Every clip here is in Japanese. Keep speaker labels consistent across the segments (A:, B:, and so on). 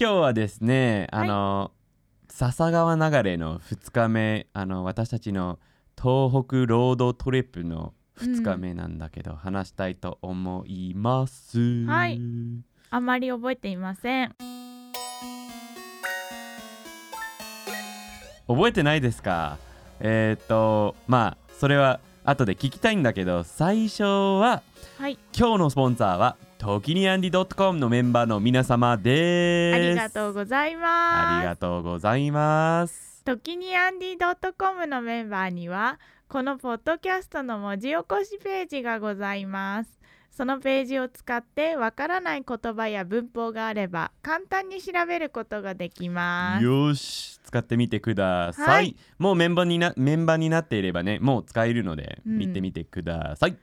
A: 今日はですねあの、笹川流れの2日目あの私たちの東北ロードトリップの2日目なんだけど、話したいと思います
B: はいあまり覚えていません
A: 覚えてないですかえっ、とまあそれは後で聞きたいんだけど最初は
B: はい
A: 今日のスポンサーはトキニアンディ .com のメンバーの皆様です
B: ありがとうござ
A: あ
B: い
A: り
B: ま
A: がとうございます
B: すときにアンディドットコムのメンバーにはこのポッドキャストの文字起こしページがございますそのページを使ってわからない言葉や文法があれば簡単に調べることができます
A: よし使ってみてください、
B: はい
A: もうメンバーになメンバーになっていればねもう使えるので
B: うん
A: 見てみてください、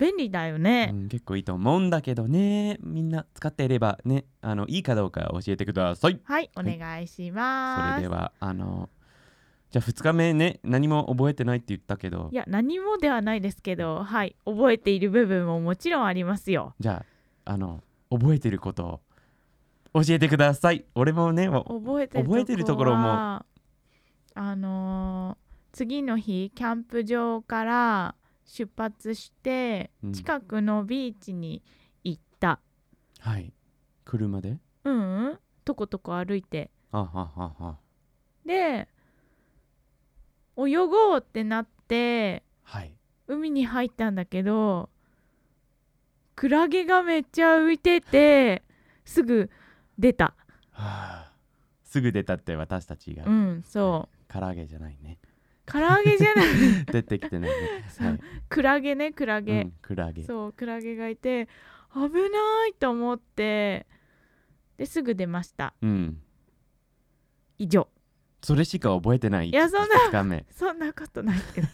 B: 便利だよ
A: う
B: ね
A: ん結構いいと思うんだけどねみんな使っていればねあのいいかどうか教えてください
B: はいお願いし
A: そ
B: ま
A: れで
B: す
A: はあのじゃあ2日目ね何も覚えてないって言ったけど
B: いや何もではないですけどはい覚えている部分ももちろんありますよ
A: じゃああの覚えてることを教えてください俺もねお
B: 覚えてる
A: 覚えてるところも
B: はあのー次の日キャンプ場から出発して
A: うん
B: 近くのビーチに行った
A: はい車で
B: うん、うん、とことこ歩いて
A: あははは
B: で泳ごうってなって
A: はい
B: 海に入ったんだけどクラゲがめっちゃ浮いててすぐ出た
A: はあすぐ出たって私たちが、
B: うんそう
A: 唐揚げじゃないね
B: 唐揚げじゃない
A: 出てきてないね
B: そう
A: はい
B: クラゲねクラ
A: う
B: ゲ、
A: ん、クラゲ
B: そうクラゲがいて危ないと思ってですぐ出ました
A: うん
B: 以上
A: それしか覚えてない
B: いやそんな
A: 2日目
B: そんなことない けど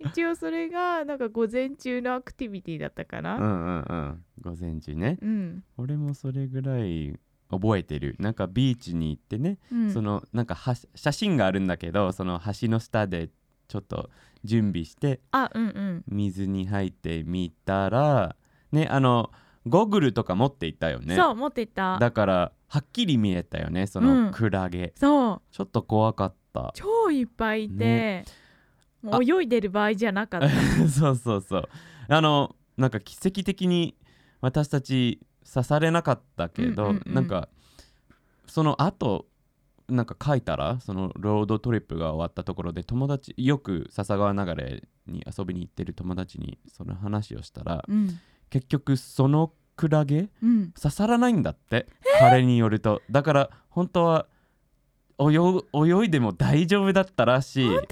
B: 一応それがなんか午前中のアクティビティだったか
A: う
B: な、
A: んうんうん午前中ね
B: うん
A: 俺もそれぐらい覚えてるなんかビーチに行ってね
B: うん、
A: そのなんかは写真があるんだけどその橋の下でちょっと準備して
B: あうんうん
A: 水に入ってみたらねあのゴーグルとか持っていったよね
B: そう持ってた
A: だからはっきり見えたよねそうの
B: ん
A: クラゲ、
B: そう
A: ちょっと怖かった
B: 超いっぱいいて、
A: ね
B: もう泳いでる場合じゃなかった
A: そうそうそうあのなんか奇跡的に私たち刺されなかったけど、
B: うんうんうん
A: なんかその後なんか書いたらそのロードトリップが終わったところで友達よく笹川流れに遊びに行ってる友達にその話をしたら、
B: うん
A: 結局そのクラゲ
B: うん
A: 刺さらないんだって彼によるとだから本当は泳ぐ泳いでも大丈夫だったらしい本当に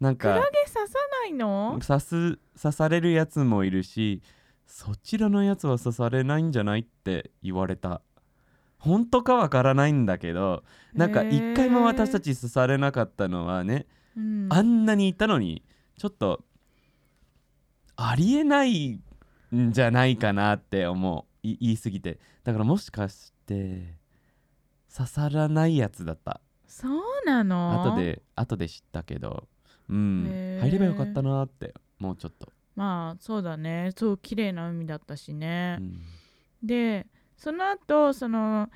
A: なん
B: クラゲ
A: か
B: 刺さないの
A: 刺す刺されるやつもいるしそちらのやつは刺されないんじゃないって言われた本当かわからないんだけどなんか一回も私た、ち刺されなかったのはね
B: へーうん
A: あんなにいたのにちょっとありえないんじゃないかなって思うい言い過ぎてだからもしかして刺さらないやつだった
B: そうなの
A: 後で後で知ったけどうん
B: へー
A: 入ればよかったなってもうちょっと、
B: まあそうだねそう綺麗な海だったしね
A: う、ん
B: でその後その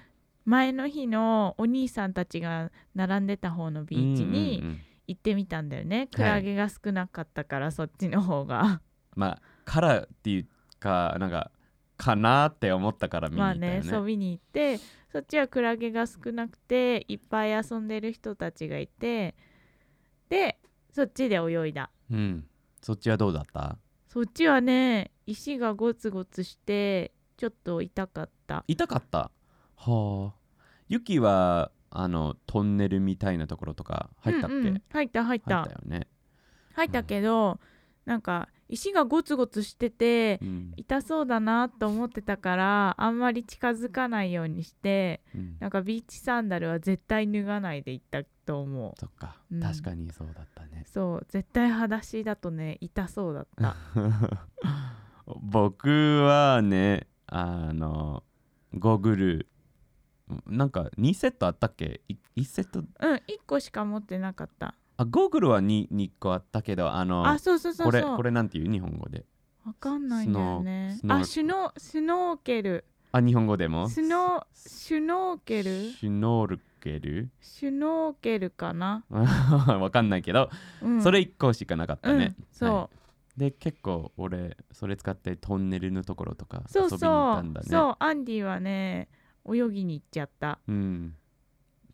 B: 前の日のお兄さんたちが並んでた方のビーチ
A: うん
B: に
A: うんうん
B: 行ってみたんだよね、クラゲが少なかったからそっちの方が
A: まあからっていうかなんかかなって思ったから見に行
B: まあ
A: ったよ
B: ね
A: ね,、
B: そう見に行ってそっちはクラゲが少なくていっぱい遊んでる人たちがいてでそっちで泳いだ
A: うん、そっちはどうだった
B: そっちはね石がゴツゴツしてちょっと痛かった
A: 痛かったはあユキはあのトンネルみたいなところとか入ったっけ、
B: うんうん入った入った
A: 入ったよね、
B: 入ったけど、なんか石がゴツゴツしてて
A: うん
B: 痛そうだなと思ってたからあんまり近づかないようにして
A: うん
B: なんかビーチサンダルは絶対脱がないで行ったと思う
A: そっか、
B: うん
A: 確かにそうだったね
B: そう絶対裸足だとね痛そうだった
A: 僕はねあのゴーグルなんか2セットあったっけい1セット
B: うん1個しか持ってなかった
A: あゴーグルは 2, 2個あったけどあの
B: あそうそうそう
A: こ
B: そ
A: れ
B: う
A: これなんていう日本語で
B: わかんないんだよね
A: スノー
B: あシュノスノーケル
A: あ日本語でも
B: スノーシュノーケル
A: シュノールケル
B: シュノーケルかな、
A: わかんないけど、
B: うん、
A: それ1個しかなかった
B: う
A: ね
B: ん、、そう、
A: はいで結構俺それ使ってトンネルのところとか遊
B: そう
A: びに行ったんだね
B: そうそうアンディはね泳ぎに行っちゃった
A: うん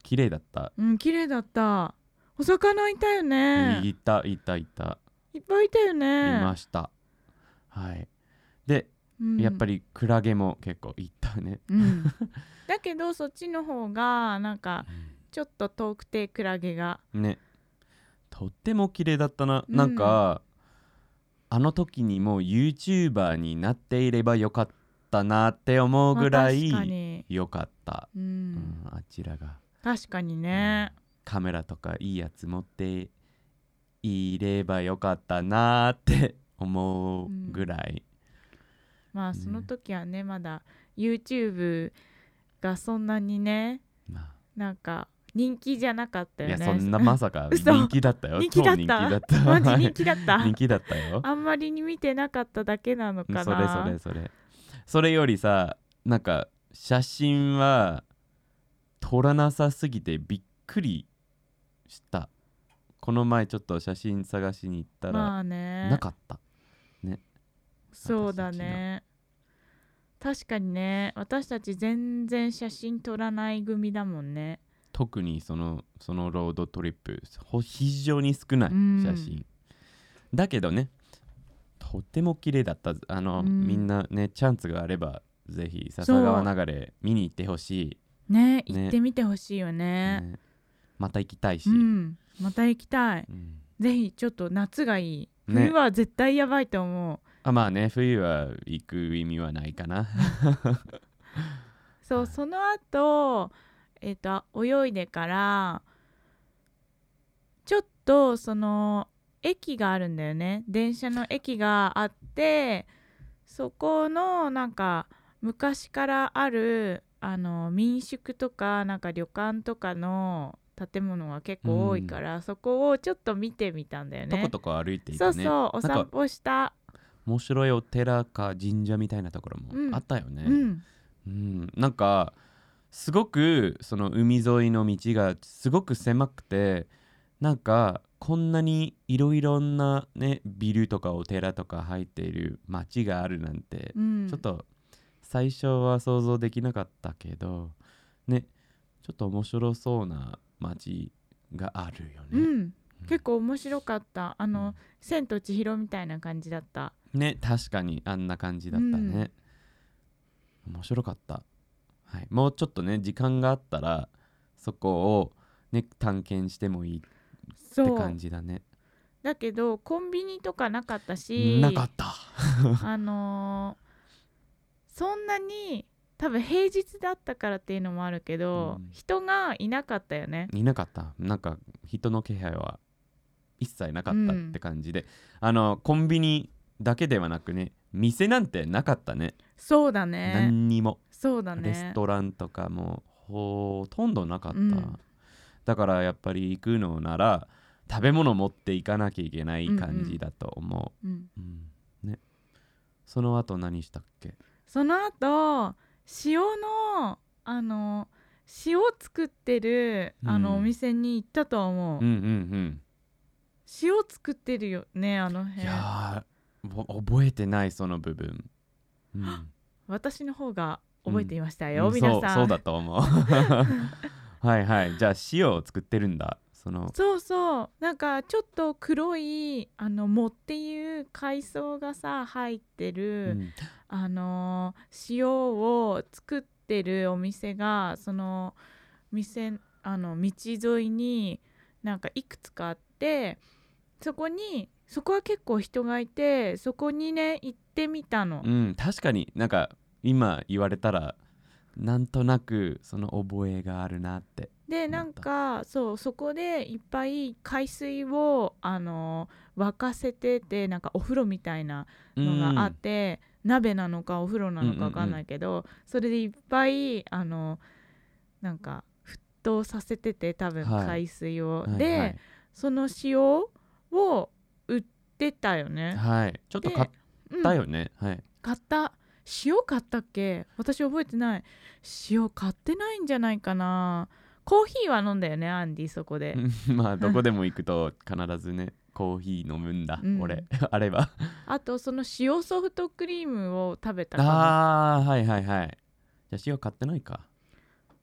A: 綺麗だった
B: うん綺麗だったお魚いたよね
A: いたいたいた
B: いっぱいいたよ
A: い
B: ね
A: ましたはいで
B: うん
A: やっぱりクラゲも結構いたね
B: うん、だけどそっちの方がなんかちょっと遠くてクラゲが
A: ねとっても綺麗だったな、
B: うん
A: なんかあの時にもう YouTuber になっていればよかったなって思うぐら
B: まあ確か
A: い
B: に、
A: よかった、
B: う
A: うん
B: ん、
A: あちらが
B: 確かにね、
A: カメラとかいいやつ持っていればよかったなって 思うぐらい、
B: まあその時はねまだ YouTube がそんなにね
A: ま
B: なんか人気じゃなかった
A: あ、
B: よ
A: い
B: ね
A: やそんなまさか
B: 嘘
A: 人気だったよ
B: 人気だっ
A: 超人気
B: た
A: だった
B: マジ人気だっ た
A: 人気だったよ
B: あんまりに見てなかっただけなのかな
A: それそれそれそれよりさなんか写真は撮らなさすぎてびっくりしたこの前ちょっと写真探しに行ったら、
B: まあね
A: なかった
B: そうだね確かにね私たち全然写真撮らない組だもんね
A: 特にそのそのロードトリップほ非常に少ない
B: うん
A: 写真、だけどねとても綺麗だったあの、
B: うん
A: みんなねチャンスがあればぜひ笹川流れ見に行ってほし
B: ね
A: ね
B: 行ってみてほしいよ
A: い、
B: ね
A: ねまた行きたいし、
B: うんまた行きたい
A: うん
B: ぜひちょっと夏がいい
A: ね
B: 冬は絶対やばいと思う、
A: あまあね冬は行く意味はないかな
B: そうその後えっ、と泳いでからちょっとその駅があるんだよね電車の駅があってそこのなんか昔からあるあの民宿とかなんか旅館とかの建物が結構多いから、そこをちょっと見てみたんだよね。
A: とことこ歩いていて
B: そ
A: ね
B: うそうお
A: なんか
B: 散歩した、
A: 面白いお寺か神社みたいなところ
B: うん
A: もあったよね、
B: うん、
A: うんなんかすごくその海沿いの道がすごく狭くてなんかこんなにいろいろなねビルとかお寺とか入っている町があるなんて、
B: うん、
A: ちょっと最初は想像できなかったけどねちょっと面白そうな町があるよね。
B: うん、結構面白かったあ
A: う
B: の、
A: ん
B: 千と千尋みたいな感じだった
A: ね確かにあんな感じだったね、面白かった、はい、もうちょっとね時間があったらそこをね探検してもいいっ
B: そ
A: て
B: う
A: 感じだね
B: だけどコンビニとかなかったし
A: なかった
B: あのーそんなに多分平日だったからっていうのもあるけど、
A: うん
B: 人がいなかったよね
A: いなかったなんか人の気配は一切なかったって感じで、あのコンビニだけではなくね店なんてなかったね、
B: そうだね
A: 何にも
B: そうだね
A: レストランとかもほとんどなかった、
B: うん
A: だからやっぱり行くのなら食べ物持っていかなきゃいけない感じだと思
B: うん、
A: う、うんねその後何したっけ
B: その後塩のあの塩作ってるあの、
A: うん
B: お店に行ったとは思う、
A: うんうん
B: 塩作ってるよねあの
A: うん
B: 辺
A: いやーぼ覚えてないその部分、うん
B: 私の方が覚えていました
A: う
B: よ、
A: ん
B: 皆さ
A: そ
B: ん
A: うそうだと 思うはいはいじゃあ塩を作ってるんだその
B: そうそうなんかちょっと黒いあの藻っていう海藻がさ入って
A: う
B: る、
A: ん
B: あのー塩を作ってるお店がその店あの道沿いになんかいくつかあってそこにそこは結構人がいてそこにね行ってみたの。
A: うん確かになんか今言われたらなんとなくその覚えがあるなって
B: で
A: った
B: なんかそうそこでいっぱい海水をあの沸かせててなんかお風呂みたいなのがあって、鍋なのかお風呂なのかわかんないけど、それでいっぱいあのなんか沸騰させてて多分
A: はい
B: 海水を、
A: うん
B: で、
A: はい
B: その塩を売ってたよ
A: はい
B: ね。
A: はいちょっと
B: で
A: 買っ
B: うん
A: たよね、はい
B: 買った塩買ったっけ私覚えてない塩買ってないんじゃないかなコーヒーは飲んだよねアンディそこで、
A: まあどこでも行くと必ずねコーヒー飲むんだ、
B: うん
A: 俺 あれ ば
B: あとその塩ソフトクリームを食べたかな
A: ああーはいはいはいじゃあ塩買ってないか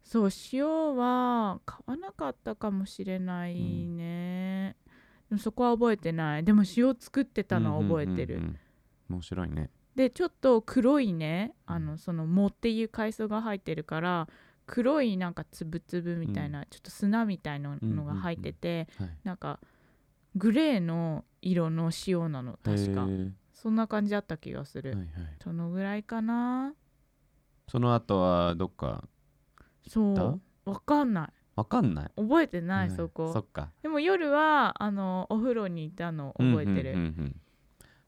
B: そう塩は買わなかったかもしれないね、でもそこは覚えてないでも塩作ってたのは覚えてる、
A: うんうんうんうん面白いね
B: でちょっと黒いね
A: うん
B: あのその藻っていう海藻が入ってるから黒いなんかつぶつぶみたいな、ちょっと砂みたいなのが入ってて、
A: はい
B: なんかグレーの色の塩なの確か
A: へー
B: そんな感じだった気がする、
A: はいはい、
B: そのぐらいかな
A: その後はどっか
B: そうわかんない
A: わかんない、
B: 覚えてない、
A: うん
B: そこ
A: そっか
B: でも夜はあのお風呂にいたの覚えてる、
A: うんうんうんうん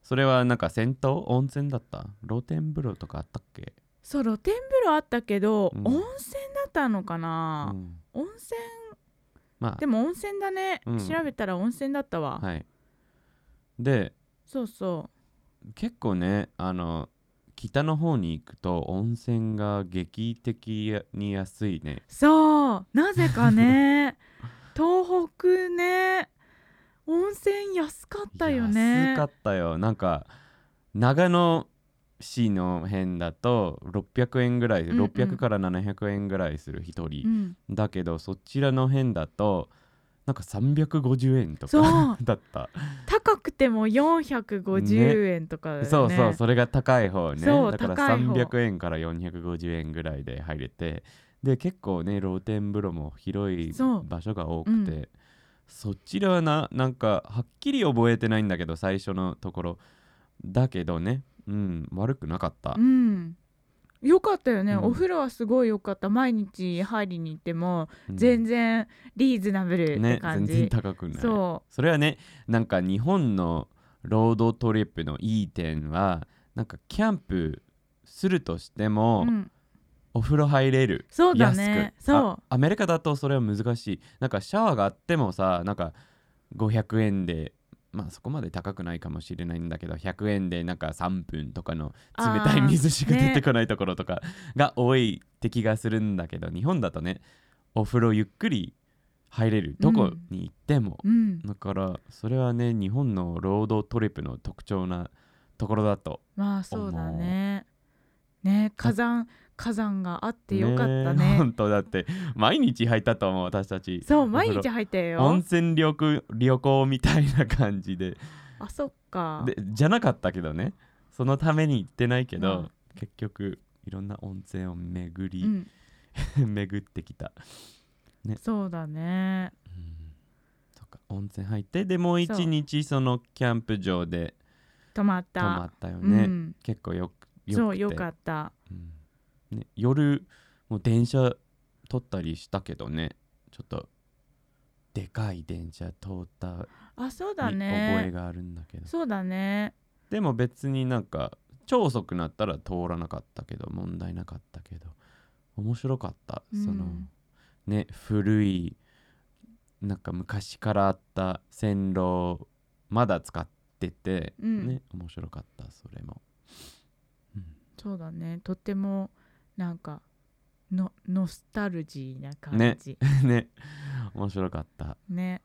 A: それはなんか銭湯温泉だった露天風呂とかあったっけ、
B: そう露天風呂あったけど、
A: うん
B: 温泉だったのか
A: う
B: な、
A: ん、
B: 温泉
A: ま
B: でも温泉だね、
A: うん
B: 調べたら温泉だったわ、
A: あはいで
B: そうそ
A: 結構ねあの北の方に行くと温泉が劇的に安いね
B: うそうなぜか ね東北ね温泉安かったよね
A: 安かったよなんか長野市の辺だと600円ぐらい、
B: うんうん
A: 600から700円ぐらいする1
B: う
A: 人、
B: ん、
A: だけどそちらの辺だとなんか350円と
B: そう
A: かだった
B: 高くても450円とかだよね
A: そうそうそれが高い方ね
B: そう
A: だから
B: 高い方
A: 300円から450円ぐらいで入れてで結構ね露天風呂も広い
B: そう
A: 場所が多くて、
B: う
A: そちらはななんかはっきり覚えてないんだけど最初のところだけどねうん悪くなかった、
B: うんよかったよね、
A: うん
B: お風呂はすごいよかった毎日入りに行っても
A: うん
B: 全然リーズナブルって
A: ね
B: 感
A: 全
B: じ、
A: 然高くない
B: そ
A: それはねなんか日本のロードトリップのいい点はなんかキャンプするとして
B: う、
A: も、
B: うん、
A: お風呂入れる
B: そうだね
A: 安く
B: そ
A: あアメリカだとそれは難しいなんかシャワーがあってもさなんか500円でまあそこまで高くないかもしれないんだけど100円でなんか3分とかの
B: あ
A: 冷
B: ー
A: たい水しか
B: ね
A: 出てこないところとかが多いって気がするんだけど、日本だとねお風呂ゆっくり入れるどこに行っても、
B: ううん
A: だからそれはね日本のロードトリップの特徴なところだと
B: まあそうだねね火山火山があってよかった
A: え
B: ね
A: 本当だって毎日入ったと思う私た ち
B: そう
A: お
B: 毎
A: 風呂
B: 日入った
A: 温
B: よ
A: 泉旅行旅行みたいな感じで
B: あそっか
A: でじゃなかったけどねそのために行ってないけど、
B: うん
A: 結局いろんな温泉を巡
B: う
A: り、
B: ん
A: 巡ってきた、
B: そうだね
A: うんそっか温泉入ってでもう
B: そう
A: 一日そのキャンプ場で
B: 泊まっ
A: 泊
B: た
A: まったよね、
B: うん、
A: 結構よくよくて
B: そうよかった
A: うんね、夜もう電車取ったりしたけどねちょっとでかい電車通った
B: あそうだ
A: に覚え
B: ね
A: があるんだけど
B: そうだね
A: でも別になんか超遅くなったら通らなかったけど問題なかったけど面白かった、
B: うん
A: そのね古いなんか昔からあった線路をまだ使ってて、
B: うん
A: ね面白かったそれも、うん
B: そうだねとってもなんかのノスタルジーな感じ
A: ね面白かった
B: ね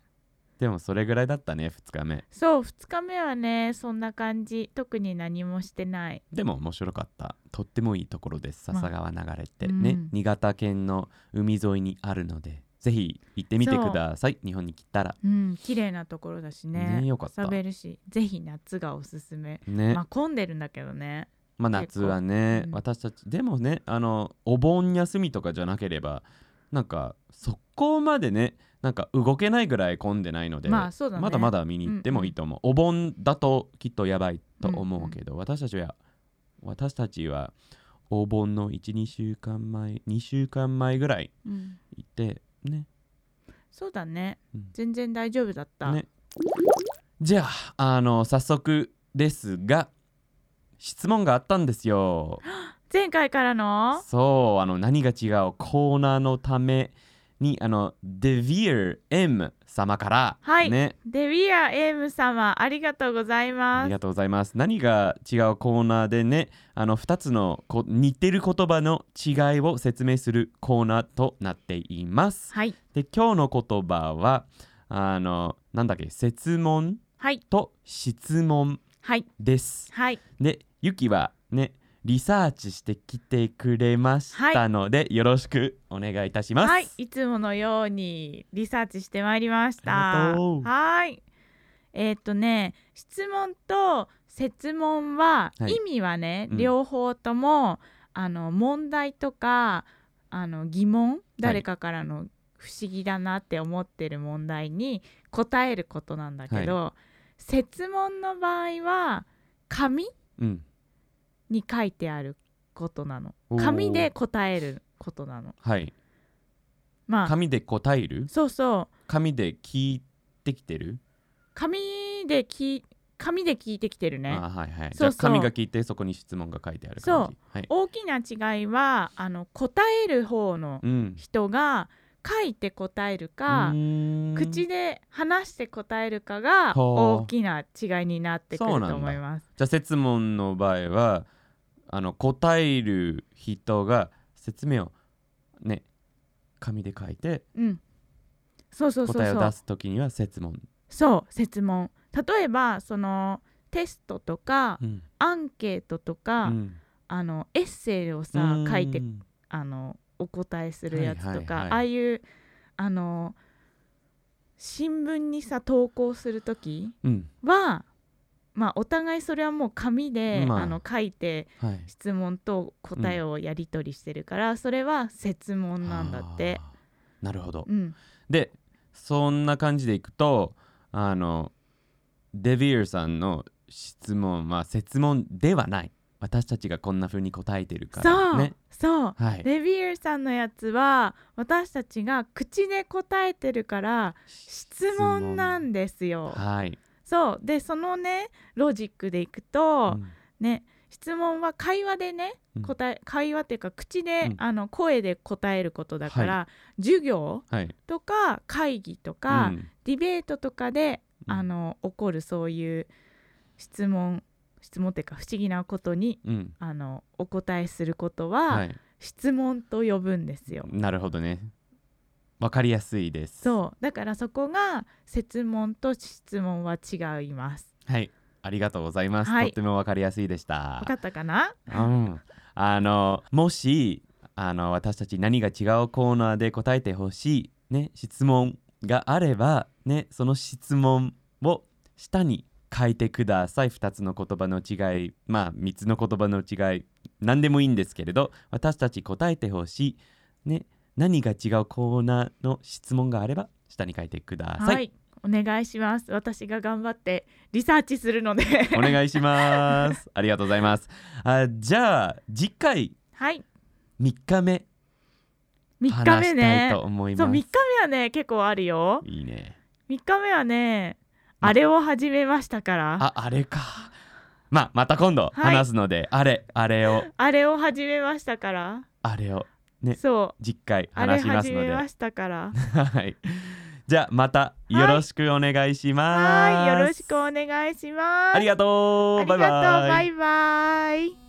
A: でもそれぐらいだったね2日目
B: そう2日目はねそんな感じ特に何もしてない
A: でも面白かったとってもいいところです
B: まあ
A: 笹川流れって、ね、
B: うん
A: 新潟県の海沿いにあるのでぜひ行ってみて
B: そう
A: ください日本に来たら
B: うん綺麗なところだしね
A: ねよかった
B: 喋るしぜひ夏がおすすめ
A: ね
B: まあ
A: ま
B: 混んでるんだけどね
A: あ夏はね、
B: 結構うん
A: 私たちでもねあのお盆休みとかじゃなければなんかそこまでねなんか動けないぐらい混んでないので、
B: まあそうだね
A: まだまだ見に行ってもいいと思う、お盆だときっとやばいと思うけど、私たちは私たちはお盆の12週間前2週間前ぐらい
B: うん
A: 行ってね
B: そうだね、
A: うん
B: 全然大丈夫だった、
A: ねじゃああの早速ですが質問があったんですよ
B: 前回からの
A: そうあの何が違うコーナーのためにあのデビー M 様から、
B: はい
A: ね
B: デビアエム様ありがとうござい
A: あ
B: ま
A: り
B: す
A: がとうございます何が違うコーナーでねあの2つのこ似てる言葉の違いを説明するコーナーとなっています
B: はい
A: で今日の言葉はあのなんだっけ説問
B: はい
A: と質問
B: はい
A: です
B: はい
A: でゆきはねリサーチしてきてくれましたので、よろしくお願いいたします、
B: はい、いつものようにリサーチしてまいりまし
A: あ
B: た。
A: りがとう
B: はい。えーっとね、質問と設問は、
A: はい
B: 意味はね、
A: うん
B: 両方ともあの問題とかあの疑問、誰かからの不思議だなって思ってる問題に答えることなんだけど、設問の場合は紙
A: うん
B: に書いてあることなの。
A: おー
B: 紙で答えることなの。
A: はい
B: まあ、
A: 紙で答える
B: そうそう。
A: 紙で聞いてきてる、
B: 紙でき紙で聞いてきてるね
A: あはいはい
B: そうそう
A: じゃあ紙が聞いてそこに質問が書いてある感じはい
B: 大きな違いはあの答える方の
A: うん
B: 人が書いて答える
A: う
B: か、
A: ーん
B: 口
A: じ
B: で話して答えるかが
A: ほう
B: 大きな違いになってくる
A: そう
B: と
A: なんだ
B: 思います。
A: ゃあ説問の場合はあの答える人が説明をね紙で書いて
B: うん、そうそうそう
A: 答えを
B: そ
A: 出
B: う。
A: す時には説問
B: そう、設問。例えばそのテストとか
A: うん
B: アンケートと
A: う
B: か、
A: ん
B: あのエッセイをさ書いて
A: うん
B: あのお答えするやつとか、
A: はいはいはい
B: ああいうあの新聞にさ投稿する時
A: うん
B: は、まあ、お互いそれはもう紙で、
A: まあ
B: あ、の書いて
A: はい
B: 質問と答えをやり取りしてるから、それは設問なんだって。
A: あーなるほど
B: うん、
A: でそんな感じでいくとあのデビューさんの質問は説問ではない私たちがこんな風に答えてるか
B: そ
A: ら
B: う、
A: ね
B: そう
A: はい
B: レビューさんのやつは私たちが口で答えてるから質問なんですよ。
A: はい、
B: そうでそのねロジックでいく
A: う
B: と、
A: ん
B: ね質問は会話でね
A: うん
B: 答え、会話っていうか口で、
A: うん
B: あの声で答えることだから、授業
A: はい
B: とか会議とか、
A: うん
B: ディベートとかで、
A: うん
B: あの起こるそういう質問質問っていうか不思議なことに
A: うん
B: あのお答えすることは、
A: はい、
B: 質問と呼ぶんですよ。
A: なるほどねわかりやすいです
B: そうだからそこが設問と質問は違います。
A: はいありがとうございます、
B: はい
A: とってもわかりやすいでした
B: 分かったかな？
A: うん、あのもしあの私たち何が違うコーナーで答えてほしい、ね、質問があれば、ね、その質問を下に書いてください2つの言葉の違いまあ3つの言葉の違い何でもいいんですけれど私たち答えてほしい、ね、何が違うコーナーの質問があれば下に書いてください、
B: はい、お願いします。私が頑張ってリサーチするので。
A: お願いしますありがとうございますあじゃあ次回
B: はい、
A: 3日目
B: 三日目
A: 話したい
B: ね
A: と。思い
B: そう、
A: ま
B: 三
A: す
B: 日。目はね、結構あるよ。
A: いいね。
B: 三日目はね、
A: ま
B: あれを始めましたから。あ
A: あ、あれか。まあ、また今度
B: はい
A: 話すので、あれ、あれを、
B: れを始めましたから。
A: あれをね
B: そう、
A: 実回
B: あれ
A: 話します
B: 始
A: の
B: め
A: で。
B: ましたから。
A: はい。じゃあ、またよろしくお願いします。
B: はい、よろしくお願いします。
A: ありがとう。バイバイ。
B: ありがとうバイバイ。